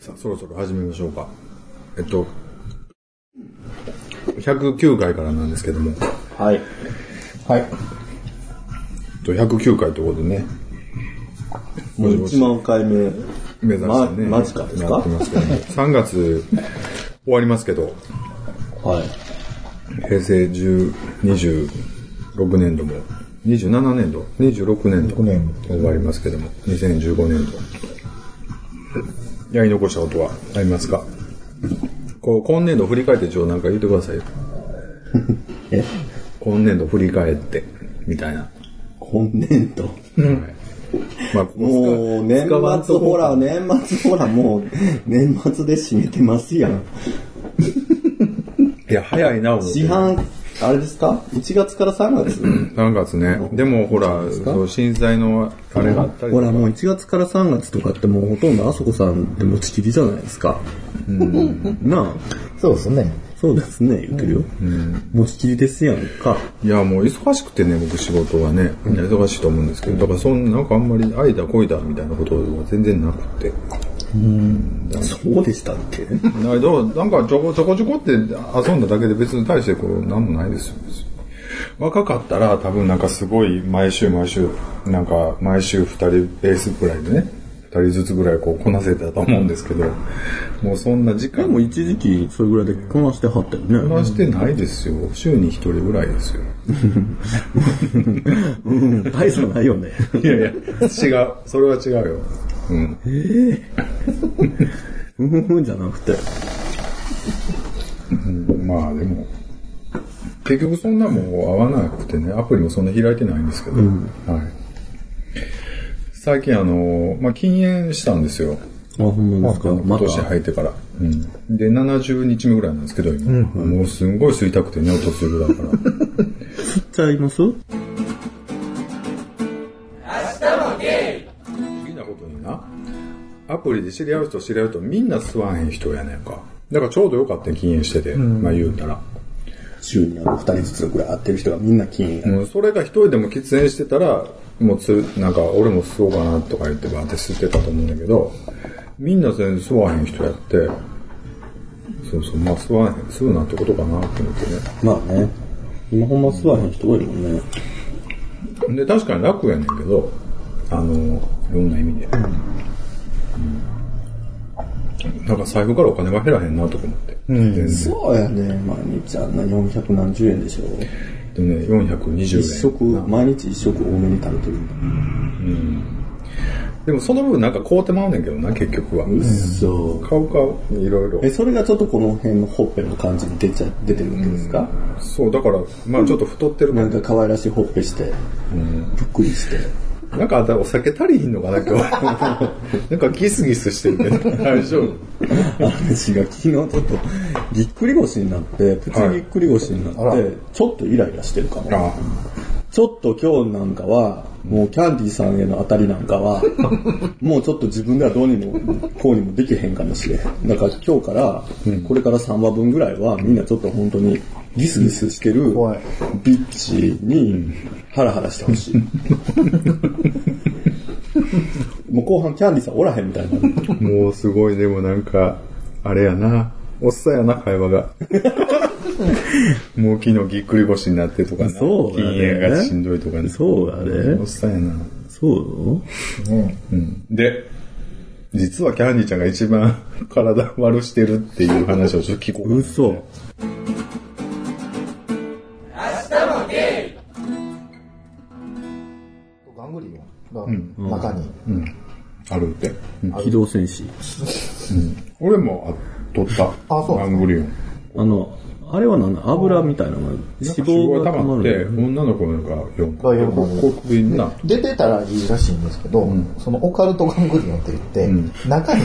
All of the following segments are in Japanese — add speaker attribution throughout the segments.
Speaker 1: さあ、そろそろ始めましょうか。えっと、109回からなんですけども、え
Speaker 2: はい。はい。
Speaker 1: っと、109回ということでね、
Speaker 2: もう1万回目。
Speaker 1: 目指してね、
Speaker 2: まマジかですか
Speaker 1: やってますけども、3月終わりますけど、
Speaker 2: はい。
Speaker 1: 平成10 26年度も、27年度、26年度、終わりますけども、2015年度。やり残したことはありますかこう今年度振り返ってちょ、なんか言ってくださ いよ。今年度振り返って、みたいな。
Speaker 2: 今年度。
Speaker 1: はいまあ、ここ
Speaker 2: もう、年末ほら、年末ほら、もう、年末で締めてますやん。
Speaker 1: いや、早いな、思って
Speaker 2: 市販、あれですか ?1 月から3月
Speaker 1: 3月ね。でも、ほら、そう震災のあれがあったり
Speaker 3: ほらもう1月から3月とかってもうほとんどあそこさんって持ちきりじゃないですか。なあ、
Speaker 4: そうですね。
Speaker 3: そうですね、言ってるよ。持ちきりですやんか。
Speaker 1: いや、もう忙しくてね、僕仕事はね、みんな忙しいと思うんですけど、だからそんな、なんかあんまり愛だ恋だみたいなことは全然なくて。
Speaker 3: そうでしたっけ
Speaker 1: だからどうなんかちょこちょこちょこって遊んだだけで別に対してこう、なんもないですよ。別に若かったら多分なんかすごい毎週毎週、なんか毎週2人ベースぐらいでね、2人ずつぐらいこうこなせてたと思うんですけど、もうそんな時
Speaker 3: で
Speaker 1: 間
Speaker 3: も一時期それぐらいでこなしてはったよね。
Speaker 1: 話してないですよ。週に1人ぐらいですよ。
Speaker 3: うん、大差ないよね。
Speaker 1: いやいや、違う。それは違うよ。うん。
Speaker 3: うんうんじゃなくて。
Speaker 1: まあでも、結局そんなもん合わなくてね、アプリもそんな開いてないんですけど、はい。最近あの、まあ禁煙したんですよ。
Speaker 3: あ、ほんまですか。
Speaker 1: 今
Speaker 3: また。
Speaker 1: 年入ってから。うん。で、70日目ぐらいなんですけど、今。もうすんごい吸いたくてね、音するだから。
Speaker 3: 切っちゃいます
Speaker 1: 不思議なことになアプリで知り合う人知り合う人みんな吸わへん人やねんかだからちょうどよかったん禁煙してて、まあ言うたら、
Speaker 4: 週にあの二人ずつぐらい会ってる人がみんな金
Speaker 1: もうそれが一人でも喫煙してたらもうつなんか俺も吸おうかなとか言ってバーって吸ってたと思うんだけどみんな全然吸わへん人やってそうそうまあ吸わへん吸うなんてことかなと思ってね
Speaker 3: まあね。今ほんま吸わへん人多いもんね。
Speaker 1: で確かに楽やねんけどあのいろんな意味で、うんなんか財布からお金が減らへんなとか思って、全然
Speaker 2: そうやね。毎日あんな400何十円でしょ。
Speaker 1: でもね420円
Speaker 2: 一食、毎日一食多めに食べてる。
Speaker 1: でもその分なんか買うてまうねんけどな結局は、
Speaker 2: そう。
Speaker 1: 買う買ういろいろ
Speaker 2: え、それがちょっとこの辺のほっぺの感じに出ちゃ、出てるわけですか、
Speaker 1: そうだからまあちょっと太ってる
Speaker 2: な
Speaker 1: なんん
Speaker 2: か可愛らしいほっぺして、ぷっくりして。
Speaker 1: なんかあんたお酒足りひんのかな今日 なんかギスギスしてるけど大丈夫
Speaker 2: 私が昨日ちょっとぎっくり腰になって、プチぎっくり腰になって、
Speaker 1: はいあら
Speaker 2: ちょっとイライラしてるかも。
Speaker 1: あ
Speaker 2: ちょっと今日なんかは、もうキャンディーさんへの当たりなんか は、もうちょっと自分ではどうにもこうにもできへんかもしれん。だから今日から、これから3話分ぐらいはみんなちょっと本当にギスギスしてる
Speaker 4: 怖い
Speaker 2: ビッチにハラハラしてほし い。もう後半キャンディーさんおらへんみたいにな る。
Speaker 1: もうすごいでもなんかあれやなおっさんやな会話 がもう昨日ぎっくり腰になってとかな
Speaker 3: そうやね
Speaker 1: 禁煙がしんどいとかね
Speaker 3: そうやね
Speaker 1: おっさんやな
Speaker 3: そう
Speaker 1: で、実はキャンディちゃんが一番 体悪してるっていう話をちょっと聞こうかな。
Speaker 3: 嘘。
Speaker 4: ガングリオンが中に、
Speaker 1: あるって。うん
Speaker 3: 機動戦士。
Speaker 1: 俺もあ取った。
Speaker 4: あそう
Speaker 1: アングリオン。
Speaker 3: あの、あれはなんだ油みたいなのが
Speaker 1: なん
Speaker 3: 脂
Speaker 1: か脂肪
Speaker 3: 肪
Speaker 1: が
Speaker 3: が
Speaker 1: 溜
Speaker 3: 溜
Speaker 1: ま
Speaker 3: ま
Speaker 1: って、
Speaker 3: るのね。
Speaker 1: 女の子なんか4
Speaker 4: がよくある
Speaker 1: 個。国民な。
Speaker 4: 出てたらいいらしいんですけど、そのオカルトガングリオンって言って、中に、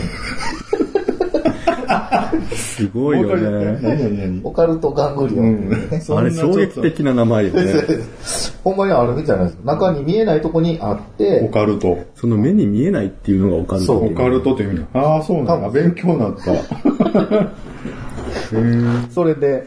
Speaker 3: すごいよね。
Speaker 1: 何何何
Speaker 4: オカルトガングリオンっていうね、
Speaker 3: あれ衝撃的な名前よ ね。
Speaker 4: ほんまにあるじゃないですか。中に見えないとこにあって、
Speaker 1: オカルト。
Speaker 3: その目に見えないっていうのがオカルト
Speaker 4: そ
Speaker 1: オ
Speaker 4: う
Speaker 1: カルトという意味だ。ああ、そうなんだ。勉強になった。
Speaker 4: それで、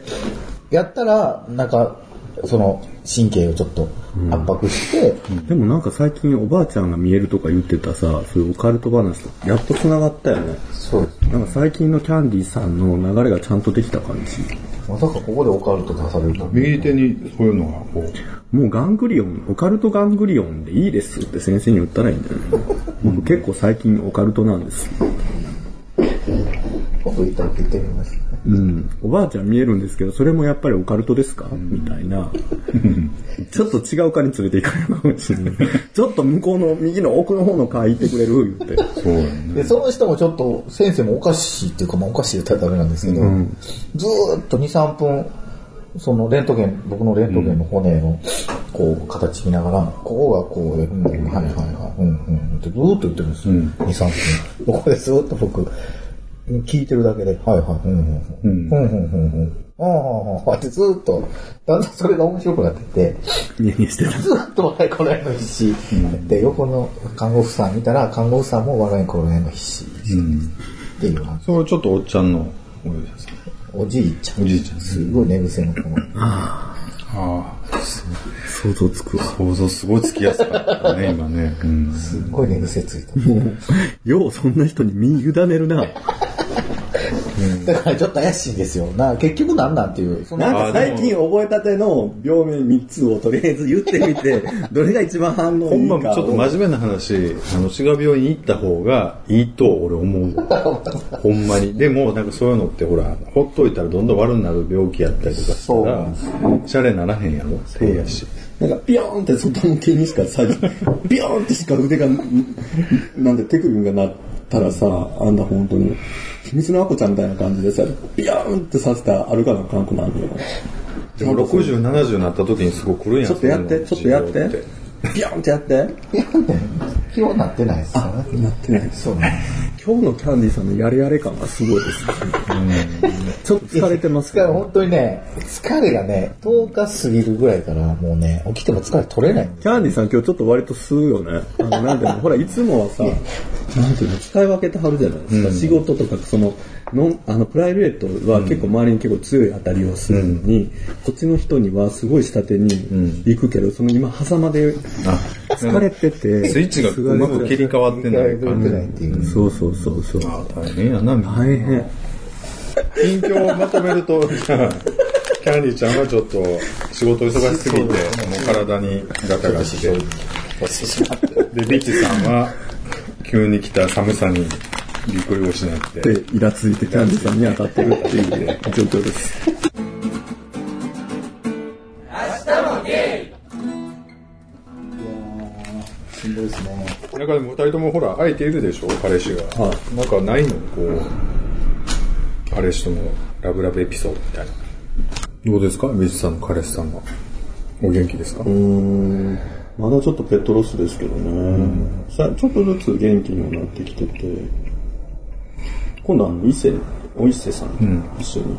Speaker 4: やったら、なんか、その神経をちょっと圧迫して、
Speaker 3: でもなんか最近おばあちゃんが見えるとか言ってたさ、そういうオカルト話とやっと繋がったよね。
Speaker 4: そうです。
Speaker 3: なんか最近のキャンディーさんの流れがちゃんとできた感じ。
Speaker 4: まさかここでオカルト出されると思う。
Speaker 1: 右手にそういうのがこう、
Speaker 3: もうガングリオン、オカルトガングリオンでいいですって先生に言ったらいいんじゃない僕結構最近オカルトなんです。
Speaker 4: 今度行ったら聞いてみます。
Speaker 3: うん。おばあちゃん見えるんですけど、それもやっぱりオカルトですか、みたい な。ちょっと違う科に連れて行かれるかもしれ ない。ちょっと向こうの右の奥の方の科行ってくれる言って。
Speaker 1: そうやね。
Speaker 4: で、その人もちょっと、先生もおかしいっていうか、まあおかしいって言ったらダメなんですけど、ずーっと2、3分、そのレントゲン、僕のレントゲンの骨の、こう、形見ながら、ここがこうで、うん、はいはいはい、うんうん、ってずーっと言ってるんですよ。2、3分。ここでずーっと僕、聞いてるだけで、はいはい、うんうんうん、うんうんうんうん、ああああああってずーっと、だんだんそれが面白くなってきて、
Speaker 3: ニヤニヤしてた。
Speaker 4: ずっと笑いこらえの必死。で、横の看護婦さん見たら、看護婦さんも笑いこらえの必死でしたっていう話
Speaker 1: それはちょっとおっちゃんの思い出ですね。
Speaker 4: おじいちゃん。
Speaker 1: おじいちゃん
Speaker 4: すごい寝癖の子。
Speaker 1: ああ、
Speaker 3: 想像つくわ。
Speaker 1: 想像すごいつきやすかったね、今ね。うん。
Speaker 4: すっごい寝癖ついた。
Speaker 3: ようそんな人に身委ねるな。
Speaker 4: だからちょっと怪しいんですよ。な、結局なんなんっていう。その
Speaker 2: なんか最近覚えたての病名3つをとりあえず言ってみて、どれが一番反応
Speaker 1: ほ
Speaker 2: い
Speaker 1: ん
Speaker 2: いか
Speaker 1: ま
Speaker 2: を。
Speaker 1: ちょっと真面目な話、あの、滋賀病院行った方がいいと俺思う わ。ほんまに。でも、なんかそういうのってほら、ほっといたらどんどん悪になる病気やったりとかしたら、シャレならへんやろ、せいやし。
Speaker 2: なんかピヨーンって外向けにしかさ、ピヨーンってしか腕が、なんで手首がなったらさ、あんな本当に、秘密のアコちゃんみたいな感じでさ、ピヨーンってさせたら歩かなあかんくなるのよ。
Speaker 1: でも60、70になった時にすごい来るんや
Speaker 2: ちょっとやって、ちょっとやって。ピヨーンってやって。
Speaker 4: 気はなってないですよね。
Speaker 2: なってない。
Speaker 4: そうなんです。
Speaker 3: 今日のキャンディーさんのやれやれ感がすごいです、ね。ちょっと疲れてます
Speaker 4: だか
Speaker 3: か
Speaker 4: ら本当にね、疲れがね、10日過ぎるぐらいからもうね、起きても疲れ取れないんです
Speaker 3: キャンディーさん今日ちょっと割と吸うよね。あの、なんていうの、ほら、いつもはさ、なんていうの、使い分けてはるじゃないですか。仕事とか、その、ノン、あの、プライベートは結構周りに結構強い当たりをするのに、こっちの人にはすごい下手に行くけど、その今、狭間で疲れてて、
Speaker 1: スイッチがうまく切り替わって
Speaker 4: 疲
Speaker 1: な
Speaker 4: れ
Speaker 1: い
Speaker 4: 取
Speaker 1: 感
Speaker 4: れ
Speaker 1: じ
Speaker 4: て。ないっていう。
Speaker 3: そうそうそうそう。
Speaker 1: ああ、大変やな、みんな
Speaker 3: 大変。
Speaker 1: 近況をまとめると、 じゃあキャンディーちゃんはちょっと仕事忙しすぎて、もう体にガタガタして。で、ビッチさんは、急に来た寒さにびっくりをしなって。
Speaker 3: で、イラついてキャンディーさんに当たってるっていう状況です。
Speaker 4: しんどいですね。
Speaker 1: なんかでも二人ともほら、会えているでしょ、彼氏が。なんかないのこう、彼氏とのラブラブエピソードみたいな。どうですかビッチさんの彼氏さんは。お元気ですか
Speaker 2: まだちょっとペットロスですけどね、さちょっとずつ元気にもなってきてて、今度あの、伊勢、お伊勢さんと一緒に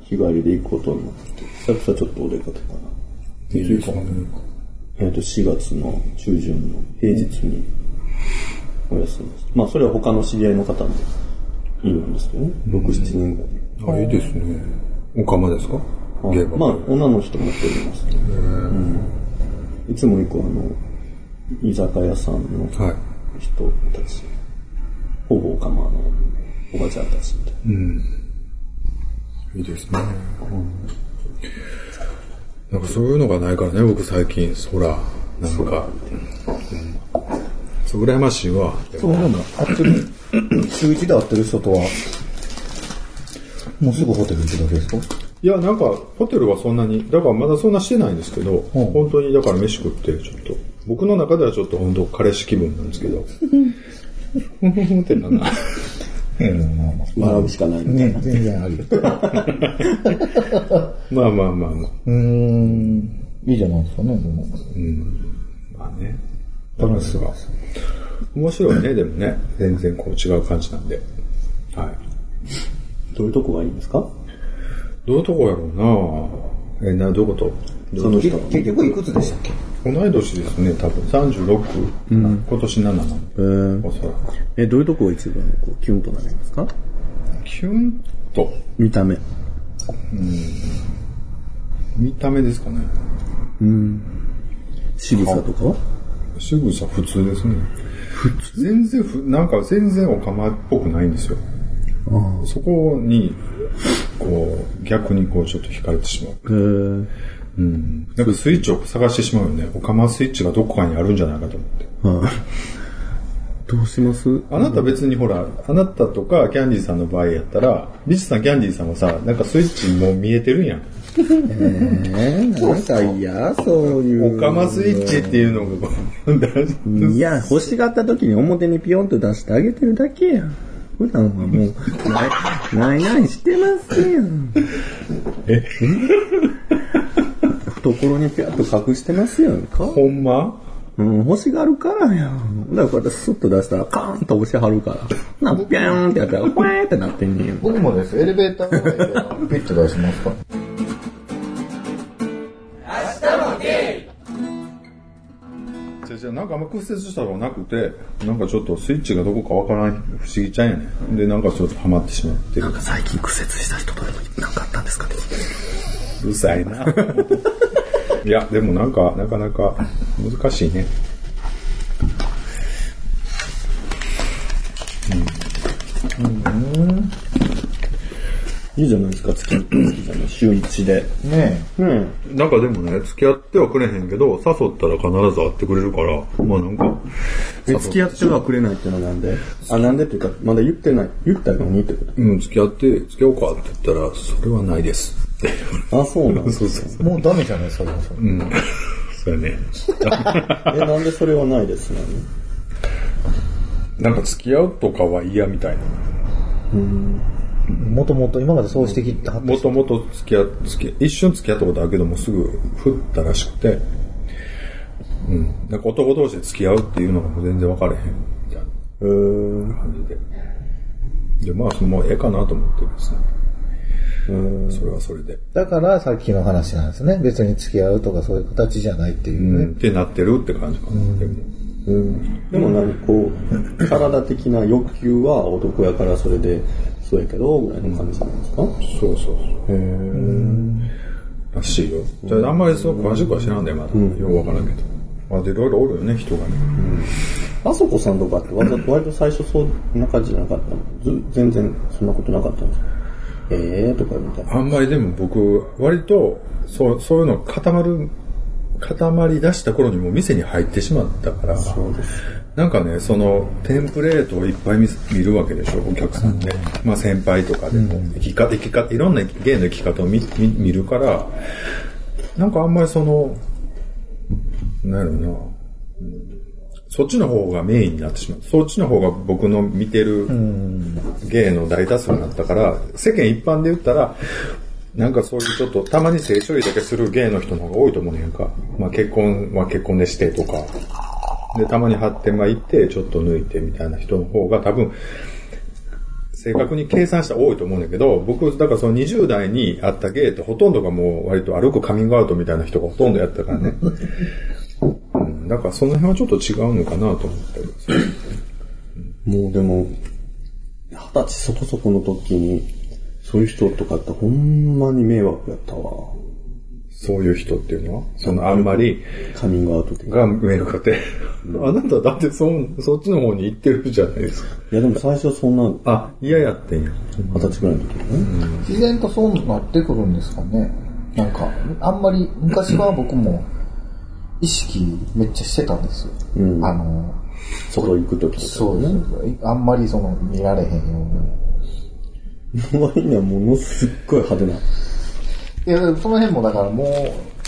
Speaker 2: 日帰りで行くことになって、久々ちょっとお出かけかな。
Speaker 1: いいですね
Speaker 2: えっ、と、4月の中旬の平日にお休みです。まあ、それは他の知り合いの方もいるんですけどね、6、7人ぐら
Speaker 1: あ、
Speaker 2: いで。
Speaker 1: いいですね。おかまですかゲーム
Speaker 2: まあ、女の人も来ております、ねうん。いつも行くあの、居酒屋さんの
Speaker 1: はい。
Speaker 2: 人たち、ほぼオカマのおばちゃんたちみたいな。
Speaker 1: いいですね。なんかそういうのがないからね、僕最近、そら、なんか、そう羨ましいわ。
Speaker 4: そうでも、会ってる、週一で会ってる人とは、もうすぐホテル行くだけですか
Speaker 1: いや、なんか、ホテルはそんなに、だからまだそんなしてないんですけど、本当にだから飯食って、ちょっと、僕の中ではちょっと本当彼氏気分なんですけ ど、ふんふんふんってなんだ。
Speaker 4: ええ、まあまあ。
Speaker 2: 笑うしかないみたい
Speaker 4: ね、全然あり。う
Speaker 1: まあまあまあまあ。
Speaker 4: ーん、いいじゃないですかね、でも。
Speaker 1: まあね。バランスが。面白いね、でもね。全然こう違う感じなんで。はい。
Speaker 2: どういうとこがいいんですか
Speaker 1: どういうとこやろうなえ、な、どういうこと
Speaker 2: その人
Speaker 4: 結局いくつでしたっけ
Speaker 1: 同い年ですね、多分。36、今年7なんで、
Speaker 3: えー
Speaker 1: おそらく。
Speaker 3: え、どういうとこが一番こうキュンとなりますか
Speaker 1: キュンと。
Speaker 3: 見た目。
Speaker 1: 見た目ですかね。
Speaker 2: 仕草とかは
Speaker 1: 仕草普通ですね。全然ふ、なんか全然オカマっぽくないんですよ。そこに、こう、逆にこう、ちょっと惹かれてしまう。
Speaker 2: へー
Speaker 1: うん。なんかスイッチを探してしまうよね。オカマスイッチがどこかにあるんじゃないかと思って。
Speaker 2: はい。どうします
Speaker 1: あなた別にほら、あなたとかキャンディーさんの場合やったら、ビチさん、キャンディーさんはさ、なんかスイッチもう見えてるやん。
Speaker 2: えー、なんか嫌、そういう。
Speaker 1: オカマスイッチっていうのがこう、 大事
Speaker 2: いや、欲しがった時に表にピヨンと出してあげてるだけやん。普段はもう、ない、ないないしてますやん。え 懐にピャッと隠してますやんか。
Speaker 1: ほんま
Speaker 2: うん、欲しがるからやん。だからこうやってスッと出したらカーンと押しはるから。な、ピャーンってやったら、ほえーってなってんねん。
Speaker 4: 僕もです、エレベーターの前でピッと出しますから。
Speaker 1: じゃあ、じゃあなんかあんま屈折したのがなくて、なんかちょっとスイッチがどこかわからない不思議ちゃんやねん。で、なんかちょっとハマってしまってる。
Speaker 2: 最近屈折した人とでもなんかあったんですかね。
Speaker 1: うるさいな。 いや、でもなんか、なかなか難しいね。
Speaker 2: いいじゃないですか、月、月じゃない、週一で。
Speaker 4: ね
Speaker 2: うん。
Speaker 1: なんかでもね、付き合ってはくれへんけど、誘ったら必ず会ってくれるから、まあなんか、
Speaker 2: え付き合ってはくれないっていうのはなんであ、なんでっていうか、まだ言ってない。言ったのにってこ
Speaker 1: うん、付き合って、付き合おうかって言ったら、それはないですって。
Speaker 2: と。あ、そうなんです
Speaker 1: そうそう そう。
Speaker 4: え。もうダメじゃないですか、でもそれ
Speaker 1: うん。そうやね。
Speaker 2: え、なんでそれはないですね。
Speaker 1: なんか付き合うとかは嫌みたいな。
Speaker 4: もともと今までそうしてきたはず
Speaker 1: もともと付き合って、付き一瞬付き合ったことあるけども、すぐ振ったらしくて、うん。なんか男同士で付き合うっていうのがもう全然分かれへん。みたいな感じで。で、まあ、そのもうええかなと思ってですね。それはそれで。
Speaker 4: だからさっきの話なんですね。別に付き合うとかそういう形じゃないっていううね。
Speaker 1: ん。ってなってるって感じかな。でも
Speaker 2: でもなんかこう、体的な欲求は男やからそれで、そうやけど、ぐらいの感じなんですか、
Speaker 1: そうそうそう。へらしいよ。じゃあ、あんまりそう詳しくは知らんだよ、まだ。よくわからんけど。まあ、で、いろいろおるよね、人がね。
Speaker 2: あそこさんとかってわざ割と最初そんな感じじゃなかったのず全然そんなことなかったんですかえーとかみたいな。
Speaker 1: あんまりでも僕、割と、そう、そういうの固まる、固まり出した頃にもう店に入ってしまったから、
Speaker 2: そうです。
Speaker 1: なんかね、その、テンプレートをいっぱい見見るわけでしょ、お客さんで。まあ先輩とかでも、生き方、生き方、いろんな芸の生き方を見見見るから、なんかあんまりその、なんやろな、うんそっちの方がメインになってしまう。そっちの方が僕の見てる芸の大多数になったから、世間一般で言ったら、なんかそういうちょっと、たまに性処理だけする芸の人の方が多いと思うねんか。まあ結婚は結婚でしてとか、で、たまに発展場行って、ちょっと抜いてみたいな人の方が多分、正確に計算したら多いと思うんだけど、僕、だからその20代にあった芸ってほとんどがもう割と歩くカミングアウトみたいな人がほとんどやったからね。うん、だからその辺はちょっと違うのかなと思ったりする
Speaker 2: もうでも、二十歳そこそこの時に、そういう人とかってほんまに迷惑やったわ。
Speaker 1: そういう人っていうのは、そのあんまり
Speaker 2: カミングアウトっていうか。
Speaker 1: が迷惑で、あなただってそんそっちの方に行ってるじゃないですか。
Speaker 2: いやでも最初そんな、
Speaker 1: あ、嫌やってんや。
Speaker 2: 二十歳ぐらいの時にね。
Speaker 4: 自然とそうなってくるんですかね。なんか、あんまり昔は僕も意識めっちゃしてたんですよ。
Speaker 2: うん
Speaker 4: あの、
Speaker 2: 外行く時とか。
Speaker 4: そうですね。あんまりその見られへんよう
Speaker 2: 周りにはものすっごい派手な。
Speaker 4: に。いや、その辺もだからもう、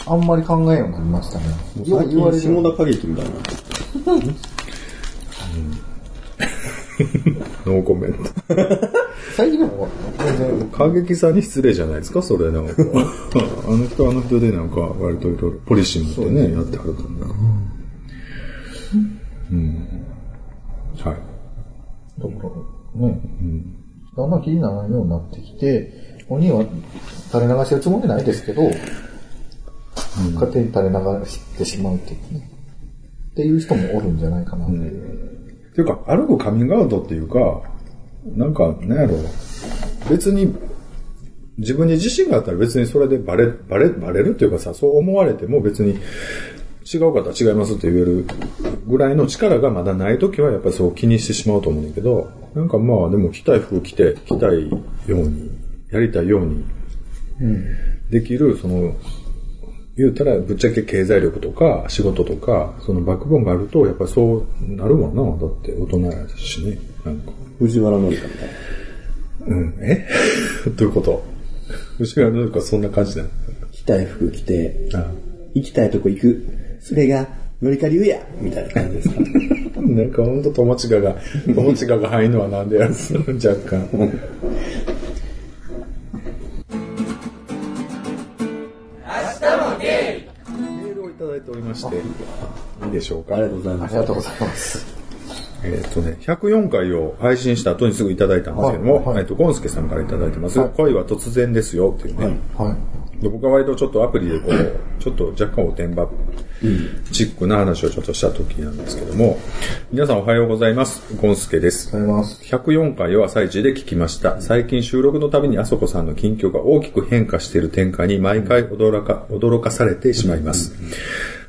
Speaker 4: あんまり考えようになりましたね。よ
Speaker 2: 最
Speaker 4: う言
Speaker 2: 近
Speaker 4: われる。
Speaker 2: 下田景樹みたいな。
Speaker 1: ノーコメント。
Speaker 4: 最近でも全然
Speaker 1: 過激さに失礼じゃないですか、それなんか。 あの人はあの人でなんか、割といろいろポリシー持ってね、やってはるからな。うん。はい。
Speaker 4: だから、ね、だんだん気にならないようになってきて、鬼は垂れ流してるつもりないですけど、勝手に垂れ流してしまうっていうね。っていう人もおるんじゃないかなっていう。
Speaker 1: っていうか、歩くカミングアウトっていうか、なんか、なんやろう。別に、自分に自信があったら別にそれでバレ、バレ、バレるっていうかさ、そう思われても別に違う方は違いますって言えるぐらいの力がまだない時はやっぱりそう気にしてしまうと思うんだけど、なんかまあでも着たい服着て、着たいように、やりたいように、できる、その、言うたらぶっちゃけ経済力とか仕事とか、そのバックボーンがあるとやっぱそうなるわな、だって大人やしね、なんか。
Speaker 2: 藤原紀香みたいな。
Speaker 1: うん、えどういうこと後ろなんかそんな感じだよ。
Speaker 2: 着たい服着て、
Speaker 1: あ
Speaker 2: 行きたいとこ行く。それが、のりか流やみたいな感じ ですか。
Speaker 1: なんかほんと友近が、友近が入るのはなんでやる若干。メールをいただいておりまして、いいでしょうか。
Speaker 2: ありがとうございま
Speaker 4: あ
Speaker 2: す。
Speaker 4: りがとうございます。
Speaker 1: えーっとね、104回を配信した後にすぐいただいたんですけども、
Speaker 4: はいはい
Speaker 1: えーっと、ゴンスケさんからいただいてます。恋は突然ですよっていうね。
Speaker 4: はい。
Speaker 1: で僕は割とちょっとアプリでこう、ちょっと若干おてんばチックな話をちょっとした時なんですけども、皆さんおはようございます。ゴンスケです。
Speaker 4: ありがとうございます。
Speaker 1: 104回を朝一で聞きました。最近収録のたびにあそこさんの近況が大きく変化している展開に毎回驚か驚かされてしまいます。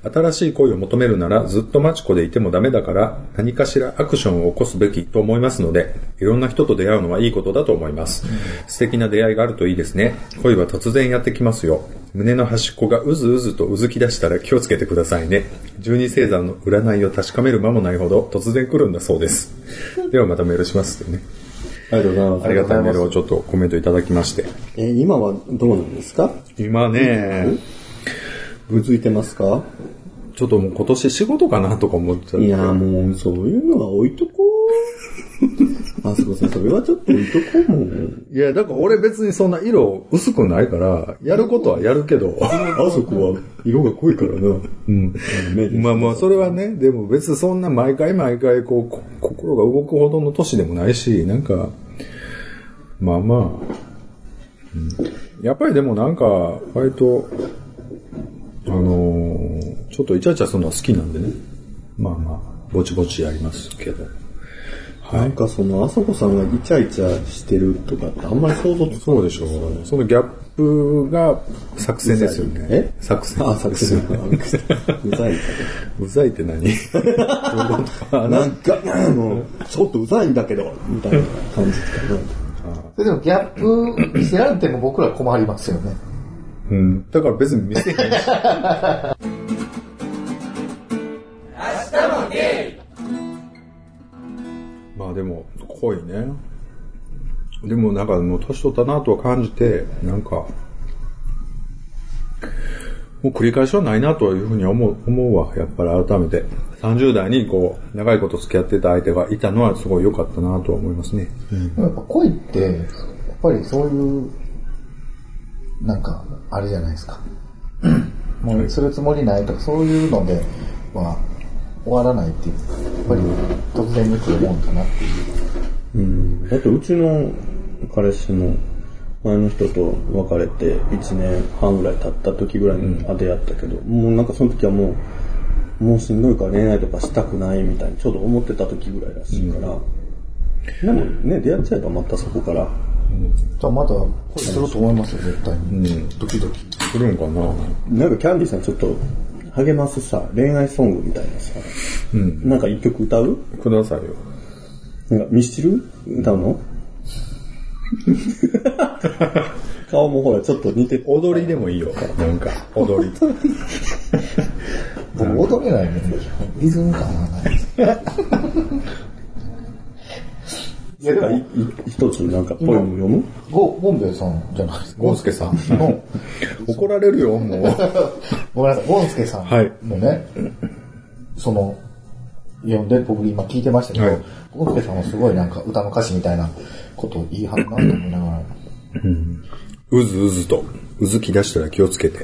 Speaker 1: 新しい恋を求めるならずっとマチコでいてもダメだから何かしらアクションを起こすべきと思いますので、いろんな人と出会うのはいいことだと思います。素敵な出会いがあるといいですね。恋は突然やってきますよ。胸の端っこがうずうずとうずき出したら気をつけてくださいね。十二星座の占いを確かめる間もないほど突然来るんだそうです。ではまたメールしますね。
Speaker 2: ありがとうございます
Speaker 1: ありがたいメールをちょっとコメントいただきまして。
Speaker 2: えー今はどうなんですか
Speaker 1: 今ね、
Speaker 2: ぐずいてますか
Speaker 1: ちょっともう今年仕事かなとか思ってた
Speaker 2: いやーもう、そういうのは置いとこう。 あそこさん、それはちょっと置いとこうもん。
Speaker 1: いや、だから俺別にそんな色薄くないから、やることはやるけ ど。
Speaker 2: あそこは色が濃いからな。
Speaker 1: うん。まあまあ、それはね、でも別にそんな毎回毎回、こうこ、心が動くほどの年でもないし、なんか、まあまあ、うんやっぱりでもなんか、割と、あのーちょっとイチャイチャするのは好きなんでね。まあまあ、ぼちぼちやりますけど。は
Speaker 2: なん
Speaker 1: い。
Speaker 2: かその、あそこさんがイチャイチャしてるとかってあんまり想像つか
Speaker 1: そうでしょう。そのギャップが作戦ですよね。
Speaker 2: え
Speaker 1: 作戦。
Speaker 2: あ、作戦が。う ざい。
Speaker 1: うざいって何
Speaker 2: なんか、もう、ちょっとうざいんだけど、みたいな感じかな。
Speaker 4: それでもギャップ見せられても僕ら困りますよね。
Speaker 1: うん。だから別に見せへんし。まあでも、濃いね。でもなんかもう年取ったなとは感じて、なんか、もう繰り返しはないなというふうに思う思うわ、やっぱり改めて。30代にこう、長いこと付き合ってた相手がいたのはすごい良かったなとは思いますね。
Speaker 4: やっぱ恋って、やっぱりそういう、なんか、あれじゃないです か。もうするつもりないとか、そういうのでは終わらないっていう、やっぱり突然に来るもんかなっていう。
Speaker 3: うん。
Speaker 2: だってうちの彼氏も前の人と別れて1年半ぐらい経った時ぐらいに出会ったけど、もうなんかその時はもうもうしんどいから恋愛とかしたくないみたいにちょうど思ってた時ぐらいらしいから、でもね出会っちゃえばまたそこから
Speaker 4: じゃあまた恋すると思いますよ、絶対に。
Speaker 1: うん
Speaker 4: ドキドキ。
Speaker 1: するんかな
Speaker 2: なんかキャンディーさんちょっと励ますさ恋愛ソングみたいなさ、
Speaker 1: うん。
Speaker 2: なんか一曲歌う
Speaker 1: くださいよ。
Speaker 2: なんかミスチル歌うの顔もほらちょっと似て
Speaker 1: 踊りでもいいよ。なんか、踊り。
Speaker 4: 僕踊れないもんね。リズム感がない。 いや
Speaker 2: なんか
Speaker 4: で
Speaker 2: いい
Speaker 4: も、
Speaker 2: 一つなんかポエム読む
Speaker 4: ゴ、ゴンベイさんじゃないですか。
Speaker 1: ゴンスケさん。
Speaker 4: の、
Speaker 1: 怒られるよ、もう。
Speaker 4: ごめんなさい、ゴンスケさん
Speaker 1: はい
Speaker 4: のね、その、読んで、僕今聞いてましたけど、
Speaker 1: はい
Speaker 4: ゴンスケさんはすごいなんか歌の歌詞みたいなことを言いはるなと思いながら、
Speaker 1: うずうずと、うずき出したら気をつけて。っ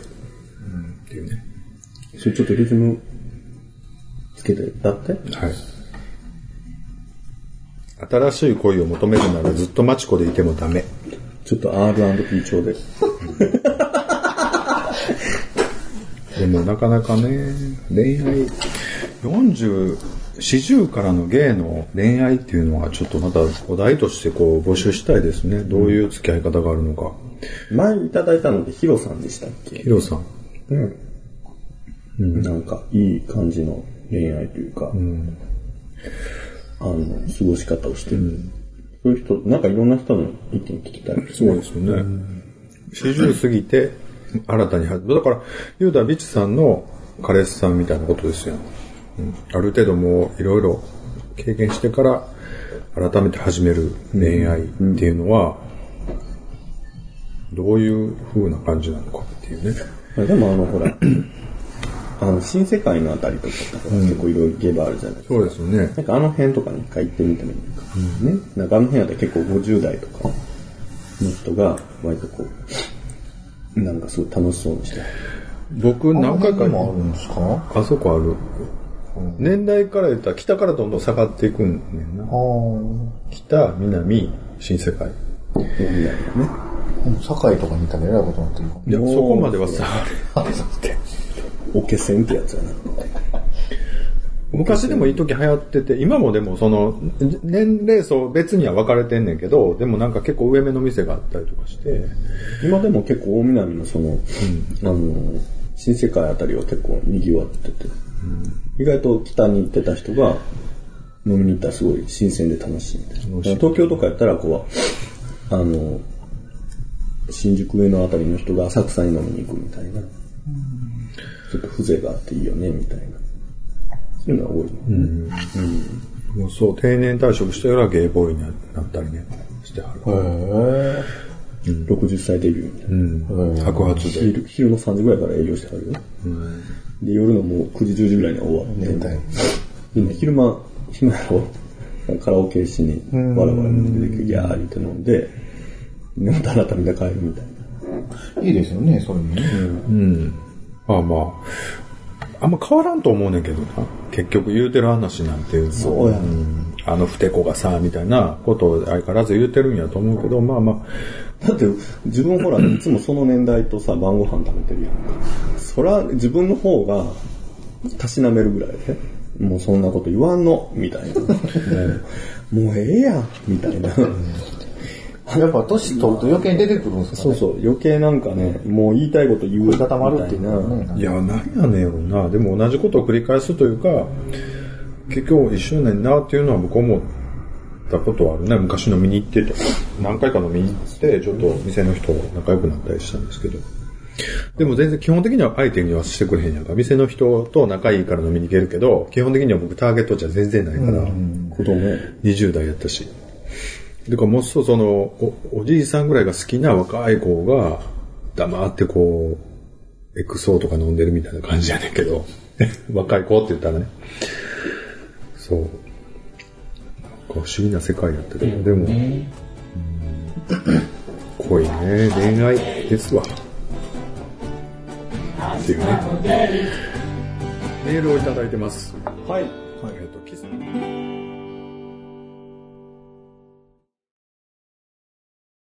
Speaker 1: ていうね。
Speaker 2: それちょっとリズムつけて歌って
Speaker 1: はい。新しい恋を求めるならずっとマチコでいてもダメ。
Speaker 2: ちょっと R&P 調で
Speaker 1: でもなかなかね、恋愛、40、40からの芸の恋愛っていうのはちょっとまたお題としてこう募集したいですね。どういう付き合い方があるのか。
Speaker 2: 前にいただいたのでヒロさんでしたっけ
Speaker 1: ヒロさん。
Speaker 2: うん。なんか、いい感じの恋愛というか、あの、過ごし方をしてる。そういう人、なんかいろんな人の意見聞きたいです
Speaker 1: そうですよね。40過ぎて、新たに始めだから、ユーダ・ビチさんの彼氏さんみたいなことですよ。うんある程度もう、いろいろ経験してから、改めて始める恋愛っていうのは、どういう風な感じなのかっていうね。
Speaker 2: まあでもあの、ほら、あの、新世界のあたりとかって結構いろいろゲバあるじゃないですか。
Speaker 1: そうですよね。
Speaker 2: なんかあの辺とかに一回行ってみてもいいか、ね。なんかあの辺やったら結構50代とかの人が、割とこう、なんかすごい楽しそうにしてる。
Speaker 1: 僕、何回か
Speaker 4: 他にもあるんですかあ
Speaker 1: あそこある。年代から言ったら北からどんどん下がっていくんねんな
Speaker 4: あ。ー、
Speaker 1: 北、南、新世界。
Speaker 4: 堺とかにいたらえらいことになってるか
Speaker 1: いや、そこまでは下がる。
Speaker 2: おけせんってやつやな。
Speaker 1: 昔でもいい時流行ってて、今もでもその、年齢層別には分かれてんねんけど、でもなんか結構上目の店があったりとかして、
Speaker 2: 今でも結構大南のその、あの、新世界あたりは結構賑わってて、意外と北に行ってた人が飲みに行ったらすごい新鮮で楽しいみたいな。東京とかやったらこう、あの、新宿上のあたりの人が浅草に飲みに行くみたいな。ちょっと風情があっていいよね、みたいな。そういうのは多いね。
Speaker 1: もうそう、定年退職したようなゲイボーイになったりね、してはる。
Speaker 2: 60歳デビューみたいな。
Speaker 1: うん。白髪で。
Speaker 2: 昼昼の3時ぐらいから営業してはるよ。で、夜のもう9時、10時ぐらいには終わって。
Speaker 4: みたいな。
Speaker 2: みんな昼間、暇やろ。カラオケしに、わらわら出てきて、ギャーって飲んで、飲んだらみんな帰るみたい
Speaker 4: いいですよね、それもね。
Speaker 1: まあまあ、あんま変わらんと思うねんけどな。結局言うてる話なんていうのは
Speaker 4: そうやね
Speaker 1: うんあのふてこがさ、みたいなことを相変わらず言うてるんやと思うけど、まあま
Speaker 2: な。だって、自分ほら、いつもその年代とさ、晩ご飯食べてるやんか。そら、自分の方が、たしなめるぐらいで、もうそんなこと言わんの、みたいな。もうもうええやん、みたいな。
Speaker 4: やっぱ年取ると余計に出てくるんですかね。
Speaker 2: そうそう、余計なんかね、もう言いたいこと言う。
Speaker 4: う。固まるっていう
Speaker 2: みた
Speaker 4: のはね。
Speaker 1: あ、いや、なんやねんやろな。でも同じことを繰り返すというか、結局一周年なっていうのは僕思ったことはあるね。昔飲みに行ってとか、何回か飲みに行って、ちょっと店の人仲良くなったりしたんですけど。でも全然基本的には相手にはしてくれへんやんか。店の人と仲いいから飲みに行けるけど、基本的には僕ターゲットじゃ全然ないから。
Speaker 2: 子供。
Speaker 1: 20代やったし。だからもっそそのお、おじいさんぐらいが好きな若い子が、黙ってこう、エクソーとか飲んでるみたいな感じやねんけど、 若い子って言ったらね。そう。なんか不思議な世界やったけど、でも、うん恋ね、恋愛ですわ。っていうね。メールをいただいてます。はい。えっと、キス。